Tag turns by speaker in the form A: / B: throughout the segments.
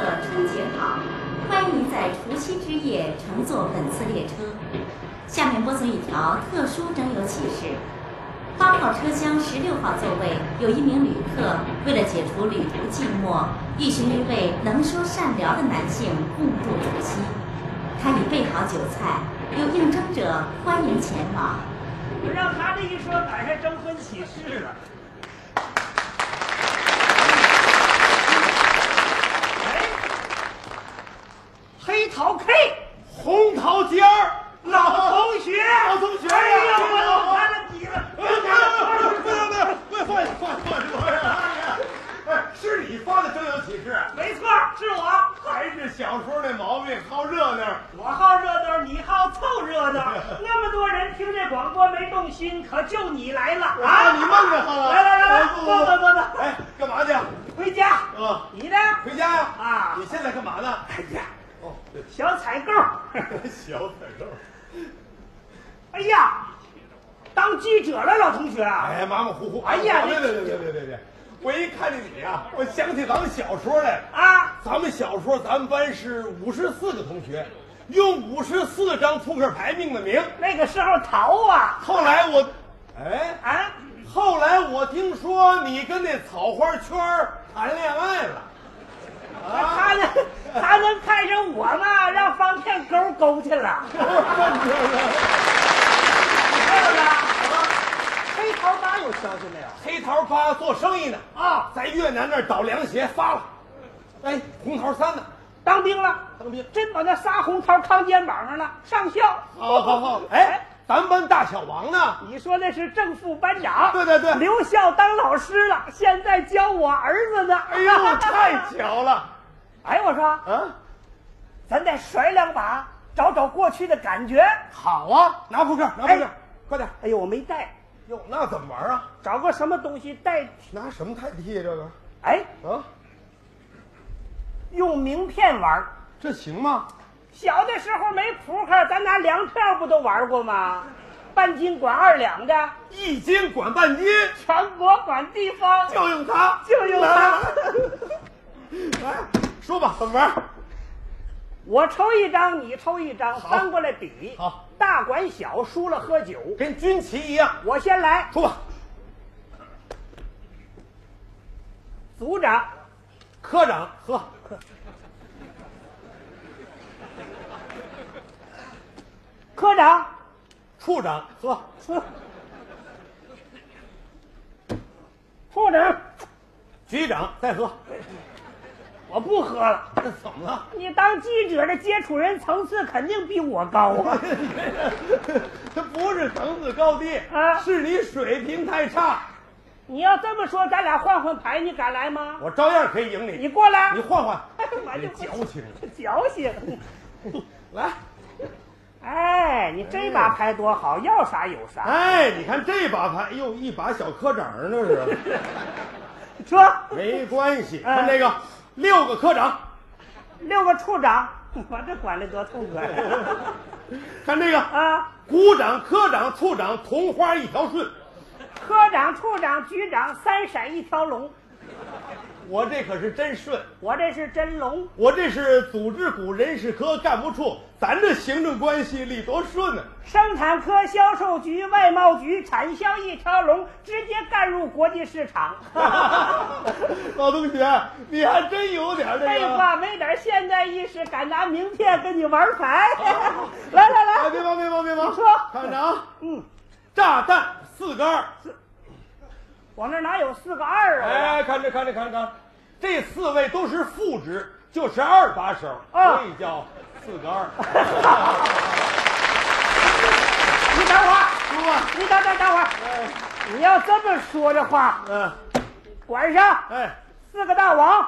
A: 好，欢迎您在除夕之夜乘坐本次列车。下面播送一条特殊征友启事：八号车厢十六号座位有一名旅客为了解除旅途寂寞，欲寻一位能说善聊的男性共度除夕。他已备好酒菜，有应征者欢迎前往。
B: 不让他这一说，赶上征婚启事了。哎，黑桃 K，
C: 红桃尖儿，
B: 老同学，
C: 老同学呀
B: 哎呀，我老烦了你了。
C: 不要不要不要不要，换换换换！哎，是你发的征友启事，
B: 没错，是我，
C: 还是小时候那毛病，好热闹。
B: 我好热闹，你好凑热闹。那么多人听这广播没动心，可就你来了啊！
C: 你闷着哈！
B: 来来来来，坐
C: 不不
B: 坐坐坐，
C: 哎，干嘛去？
B: 回家。
C: 啊，
B: 你呢？
C: 回家呀！
B: 啊
C: 你现在干嘛呢？
B: 哎呀，
C: 哦，
B: 小采购。
C: 小粉肉。
B: 哎呀，当记者了，老同学。
C: 哎呀，马马虎虎。
B: 哎呀
C: 别
B: 你
C: 别别别别别别！我一看见你啊，我想起咱们小时候来了。
B: 啊，
C: 咱们小时候，咱们班是五十四个同学，用五十四张扑克牌命的名。
B: 那个时候淘啊
C: 后来我，哎，
B: 啊，
C: 后来我听说你跟那草花圈儿谈恋爱了，
B: 他
C: 啊？
B: 能 他能看上我吗？让方片钩勾去了，
C: 不是不是不是
B: 还有呢，黑桃八有消息没有？
C: 黑桃八做生意呢，
B: 啊，
C: 在越南那儿倒凉鞋发了。哎，红桃三呢？
B: 当兵了，
C: 当兵
B: 真把那仨红桃扛肩膀上了，上校。
C: 好好
B: 哦
C: 好，哎，咱们班大小王呢？
B: 你说那是正副班长，
C: 对对对
B: 留校当老师了，现在教我儿子呢。
C: 哎呦，太巧了！
B: 哎，我说，
C: 啊，
B: 咱再甩两把，找找过去的感觉。
C: 好啊，拿扑克，拿扑克，
B: 哎
C: 快点！
B: 哎呦，我没带，
C: 哟，那怎么玩啊？
B: 找个什么东西代替？
C: 拿什么代替这个？
B: 哎，
C: 啊，
B: 用名片玩儿。
C: 这行吗？
B: 小的时候没扑克，咱拿粮票不都玩过吗？半斤管二两的，
C: 一斤管半斤，
B: 全国管地方，
C: 就用它，
B: 就用它
C: 来。 来，说吧，怎么玩？
B: 我抽一张，你抽一张，
C: 好
B: 翻过来比。
C: 好，
B: 大管小，输了喝酒。
C: 跟军旗一样。
B: 我先来，
C: 说吧，
B: 组长，
C: 科长，喝。
B: 科长，
C: 处长，喝。
B: 呵处长，
C: 局长，再喝。
B: 我不喝了。
C: 这怎么了？
B: 你当记者的接触人层次肯定比我高 啊！
C: 这不是层次高低
B: 啊
C: 是你水平太差。
B: 你要这么说，咱俩换换牌，你敢来吗？
C: 我照样可以赢
B: 你
C: 你。哎
B: 过来，
C: 你换换
B: 我，就不
C: 矫情。
B: 矫情。
C: 来，
B: 哎，你这把牌多好，要啥有啥。
C: 哎，你看这把牌，哎呦，一把小科长儿那是。
B: 说，
C: 没关系，
B: 哎
C: 看这个，六个科长，
B: 六个处长， 我这管理多痛快 呀！
C: 看这个，
B: 啊，
C: 股长、科长、处长，同花一条顺。
B: 科长、处长、局长，三闪一条龙。
C: 我这可是真顺，
B: 我这是真龙，
C: 我这是组织股人事科干部处，咱这行政关系理多 顺呢、
B: 生产科、销售局、外贸局，产销一条龙，直接干入国际市场。
C: 老同学，你还真有点儿那
B: 废
C: 个。
B: 话，没点现代意识，敢拿名片跟你玩牌？ 来来
C: 哎，
B: 来，
C: 别忙，别忙，别忙。
B: 你说
C: 看着啊，
B: 嗯，
C: 炸弹四个二。
B: 我那哪有四个二啊？
C: 哎，看这，看这，看这，看这，这四位都是副职，就是二把手，
B: 啊
C: 所以叫四个二。
B: 你等会儿，
C: 叔啊，
B: 你等等等会儿，
C: 哎，
B: 你要这么说的话，
C: 嗯，
B: 管上
C: 哎，
B: 四个大王，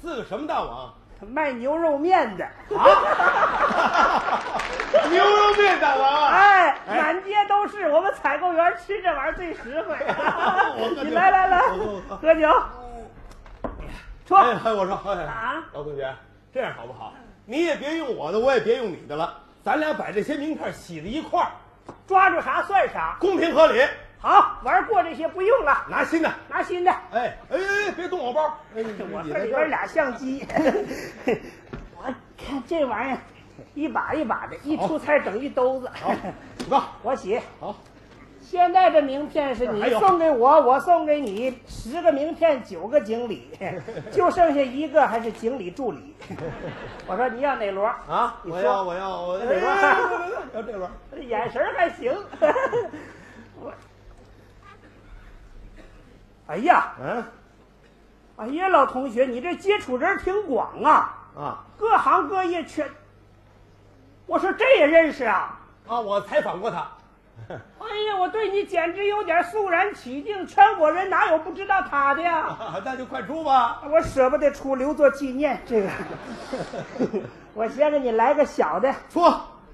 C: 四个什么大王？
B: 卖牛肉面的，啊
C: 牛肉面大王啊！
B: 哎，
C: 哎
B: 满街都是，我们采购员吃这玩意儿最实惠
C: 我喝。酒
B: 你来来来
C: 我喝，
B: 喝酒，说
C: 哎，哎我说，哎，
B: 啊
C: 老同学，这样好不好？你也别用我的，我也别用你的了，咱俩把这些名片洗在一块儿，
B: 抓住啥算啥，
C: 公平合理。
B: 好，玩过这些不用了，
C: 拿新的。
B: 拿新的。
C: 哎哎哎，别动我包！哎，
B: 我
C: 你
B: 这
C: 在
B: 里
C: 这
B: 边
C: 儿
B: 俩相机， 我看这玩意儿一把一把的，一
C: 好
B: 出差整一兜子。
C: 好，走，
B: 我洗。
C: 好，
B: 现在这名片是你
C: 还有
B: 送给我，我送给你，十个名片九个经 理，就剩下一个还是经理助理。我说你要哪摞
C: 啊！
B: 你
C: 我
B: 说
C: 要我要我
B: 哎
C: 要这边。
B: 这眼神儿还行。我，哎呀，
C: 嗯
B: 哎呀，老同学，你这接触人儿挺广啊，
C: 啊
B: 各行各业全。我说这也认识啊。
C: 啊！我采访 过他。
B: 哎呀，我对你简直有点肃然起敬，全国人哪有不知道他的呀？
C: 啊那就快出吧。
B: 我舍不得出，留作纪念。这 个，我先给你来个小的，
C: 出，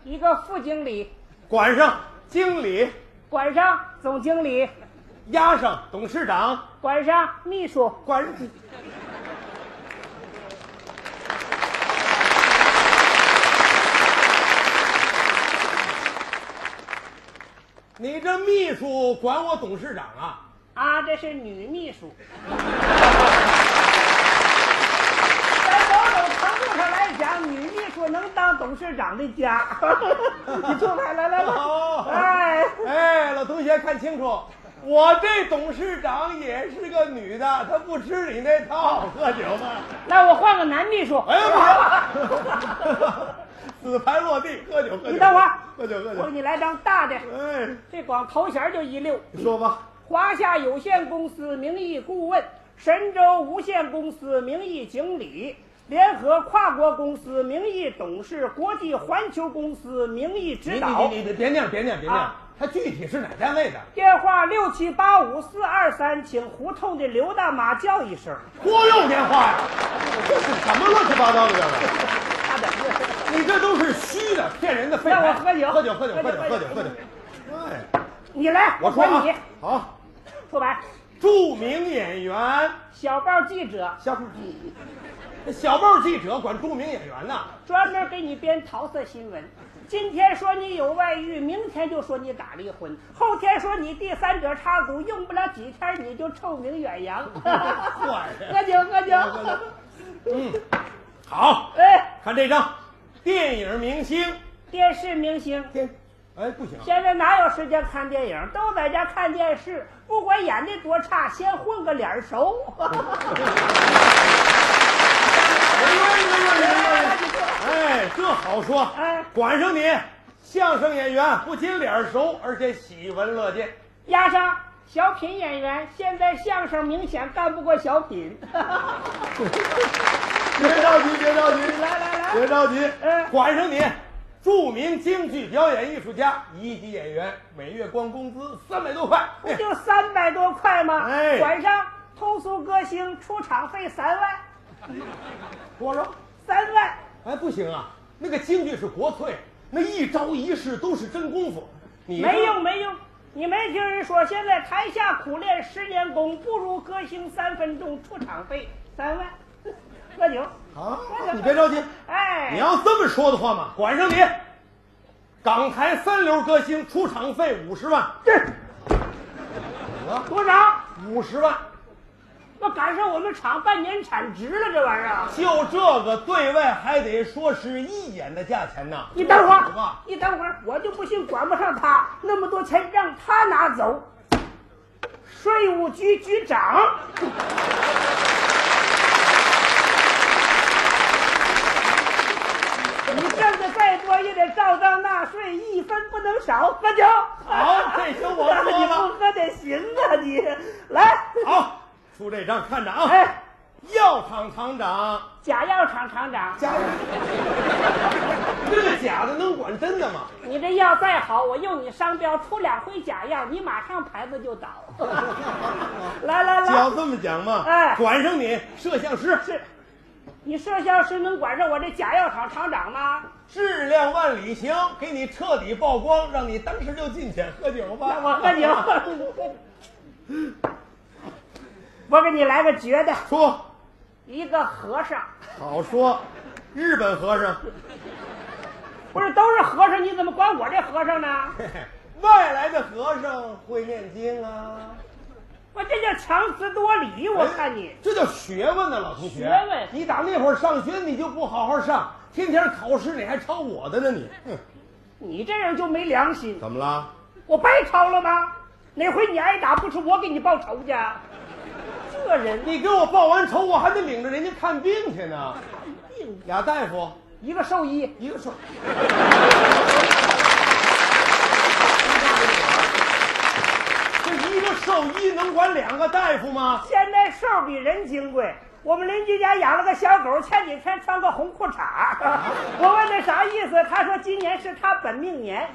B: 一个副经理，
C: 管上经理，
B: 管上总经理，
C: 押上董事长，
B: 管上秘书。
C: 管你这秘书管我董事长啊？
B: 啊，这是女秘 书。在某种程度上来讲，女秘书能当董事长的家。 你出来，来来来，
C: 哦
B: 哎，
C: 哎，老同学看清楚，我这董事长也是个女的，她不吃你那套，喝酒吧。
B: 来，我换个男秘书。
C: 哎呀，不行，死盘落地，喝酒喝酒。
B: 你等会儿，
C: 喝酒喝
B: 我给
C: 酒。
B: 你来张大的，
C: 哎，
B: 这光头衔就一溜。
C: 你说吧，
B: 华夏有限公司名义顾问，神州无限公司名义经理，联合跨国公司名义董事，国际环球公司名义
C: 你
B: 指
C: 你
B: 导
C: 你。你别那样别那样别那样
B: 啊，
C: 他具体是哪单位的？
B: 电话六七八五四二三，请胡同的刘大妈叫一声。
C: 公用电话呀，这是什么乱七八糟的？这
B: 大胆子，
C: 是，你这都是虚的，骗人的废
B: 让
C: 话。
B: 我喝酒
C: 喝酒喝酒喝酒
B: 喝酒
C: 喝酒
B: 喝
C: 喝
B: 酒
C: 酒。哎，
B: 你来，
C: 我说
B: 管你
C: 啊，，好，
B: 说白，
C: 著名演员。
B: 小报记者
C: 小小报记者管著名演员呐，
B: 专门给你编桃色新闻。今天说你有外遇，明天就说你打离婚，后天说你第三者插足，用不了几天你就臭名远扬。
C: 坏人
B: 喝酒，喝酒，
C: 嗯，好，
B: 哎，
C: 看这张，电影明星，
B: 电视明星。
C: 电，哎，不行，
B: 现在哪有时间看电影？都在家看电视，不管演的多差，先混个脸熟。
C: 哎，这好说，
B: 哎
C: 管上你，相声演员不仅脸熟，而且喜闻乐见，
B: 压上小品演员，现在相声明显干不过小品。
C: 别着急，别着急，
B: 来来来
C: 别着急，
B: 哎
C: 管上你。著名京剧表演艺术家、一级演员，每月光工资三百多块。
B: 不就三百多块吗？
C: 哎
B: 晚上通俗歌星出场费三万，
C: 多少？
B: 三万。
C: 哎，不行啊，那个京剧是国粹，那一招一式都是真功夫。你这
B: 没用，没用，你没听人说，现在台下苦练十年功，不如歌星三分钟出场费三万。 喝酒，
C: 啊
B: 喝酒！
C: 你别着急，
B: 哎，
C: 你要这么说的话嘛，管上你。港台三流歌星出场费五十万，
B: 这多少？
C: 五十万，
B: 那赶上我们厂半年产值了，这玩意儿啊。
C: 就这个对外还得说是一眼的价钱呐。
B: 你等会
C: 好
B: 儿
C: 吧，
B: 你等会儿，我就不信管不上他，那么多钱让他拿走。税务局局长，你挣的再多也得照章纳税，一分不能少。喝酒，
C: 好这些我喝了
B: 你不喝得行啊你！来，
C: 好，出这张看着啊，
B: 哎，
C: 药厂厂长，
B: 假药厂厂长，
C: 加油！ 这个假的能管真的吗？
B: 你这药再好，我用你商标出两回假药，你马上牌子就倒。来来
C: 只要
B: 来，
C: 这么讲嘛，
B: 哎
C: 管上你摄像师
B: 是，你摄像师能管上我这假药厂厂长吗？
C: 质量万里行，给你彻底曝光，让你当时就进去喝酒吧。
B: 我喝酒，我给你来个绝的，
C: 说
B: 一个和尚，
C: 好说，日本和尚，
B: 不是都是和尚，你怎么管我这和尚呢？
C: 嘿嘿外来的和尚会念经啊，
B: 我这叫强词夺理，我看你。
C: 哎这叫学问呢，老同学。
B: 学问
C: 你打那会儿上学，你就不好好上，天天考试，你还抄我的呢，你。哼，
B: 你这人就没良心，
C: 怎么了？
B: 我白抄了吗？哪回你挨打不是我给你报仇去啊？这人
C: 你给我报完仇，我还得领着人家看病去呢。
B: 病，
C: 俩大夫，
B: 一个兽医，
C: 一个说，这一个兽医能管两个大夫吗？
B: 现在兽比人金贵。我们邻居家养了个小狗，前几天穿个红裤衩 儿，我问他啥意思，他说今年是他本命年。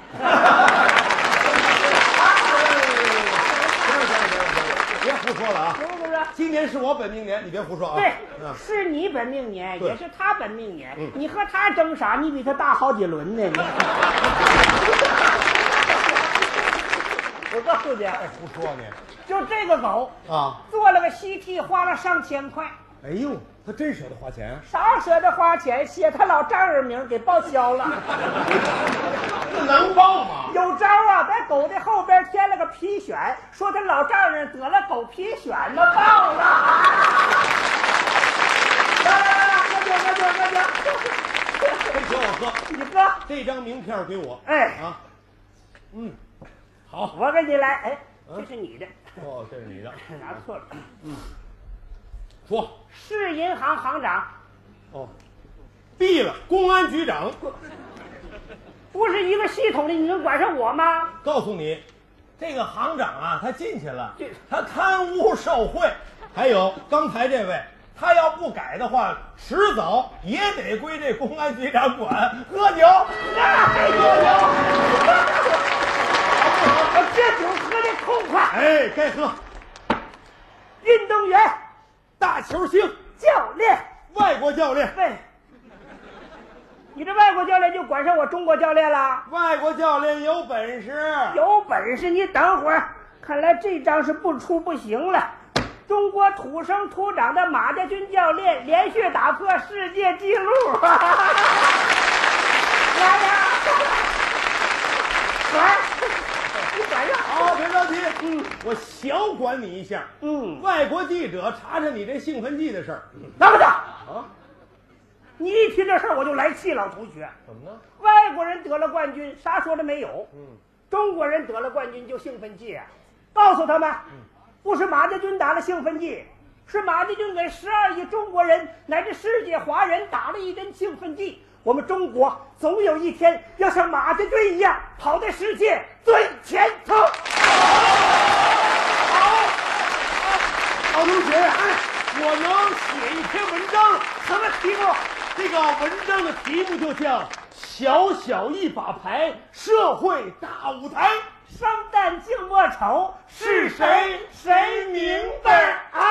C: 别胡说了啊！
B: 是不是？
C: 今年是我本命年，你别胡说啊！
B: 对，
C: 嗯
B: 是你本命年，
C: 对
B: 也是他本命年
C: 嗯。
B: 你和他争啥？你比他大好几轮呢。你 我告诉你啊，
C: 别哎胡说你
B: 就这个狗
C: 啊！
B: 做了个 CT，花了上千块，
C: 哎呦，他真舍得花钱啊！
B: 啥舍得花钱？写他老丈人名给报销了。
C: 这能报吗？
B: 有招啊，在狗的后边添了个皮癣，说他老丈人得了狗皮癣了，报了。啊来来来，喝酒喝酒喝酒。
C: 这酒我喝，
B: 你喝，
C: 这张名片给我。
B: 哎
C: 啊，嗯，好，
B: 我给你来。哎，
C: 嗯
B: 这是你的，
C: 哦，这是你的，
B: 拿错了。
C: 说，
B: 市银行行长，
C: 哦，毙了，公安局长，
B: 不是一个系统的，你能管上我吗？
C: 告诉你，这个行长啊，他进去了
B: 这，
C: 他贪污受贿，还有刚才这位，他要不改的话，迟早也得归这公安局长管。喝酒，
B: 哎呦我这酒喝的痛快。
C: 哎，该喝。
B: 运动员、
C: 大球星，
B: 教练，
C: 外国教练，
B: 喂，你这外国教练就管上我中国教练了？
C: 外国教练有本事，
B: 有本事你等会儿，看来这张是不出不行了。中国土生土长的马家军教练连续打破世界纪录，来呀，来，你管上。
C: 好，别着急，嗯，我小管你一下。
B: 嗯，
C: 外国记者查查你这兴奋剂的事儿
B: 拿不着。
C: 啊？
B: 你一提这事儿我就来气，老同学。
C: 怎么呢？
B: 外国人得了冠军，啥说的没有？
C: 嗯，
B: 中国人得了冠军就兴奋剂啊！告诉他们，不是马家军打了兴奋剂，是马家军给十二亿中国人乃至世界华人打了一针兴奋剂。我们中国总有一天要像马家军一样跑在世界最前头。
C: 老同学，哎，我能写一篇文章，
B: 什么题目？
C: 这个文章的题目就叫《小小一把牌，社会大舞台》。
B: 生旦净末丑，
C: 是谁谁明白
B: 啊？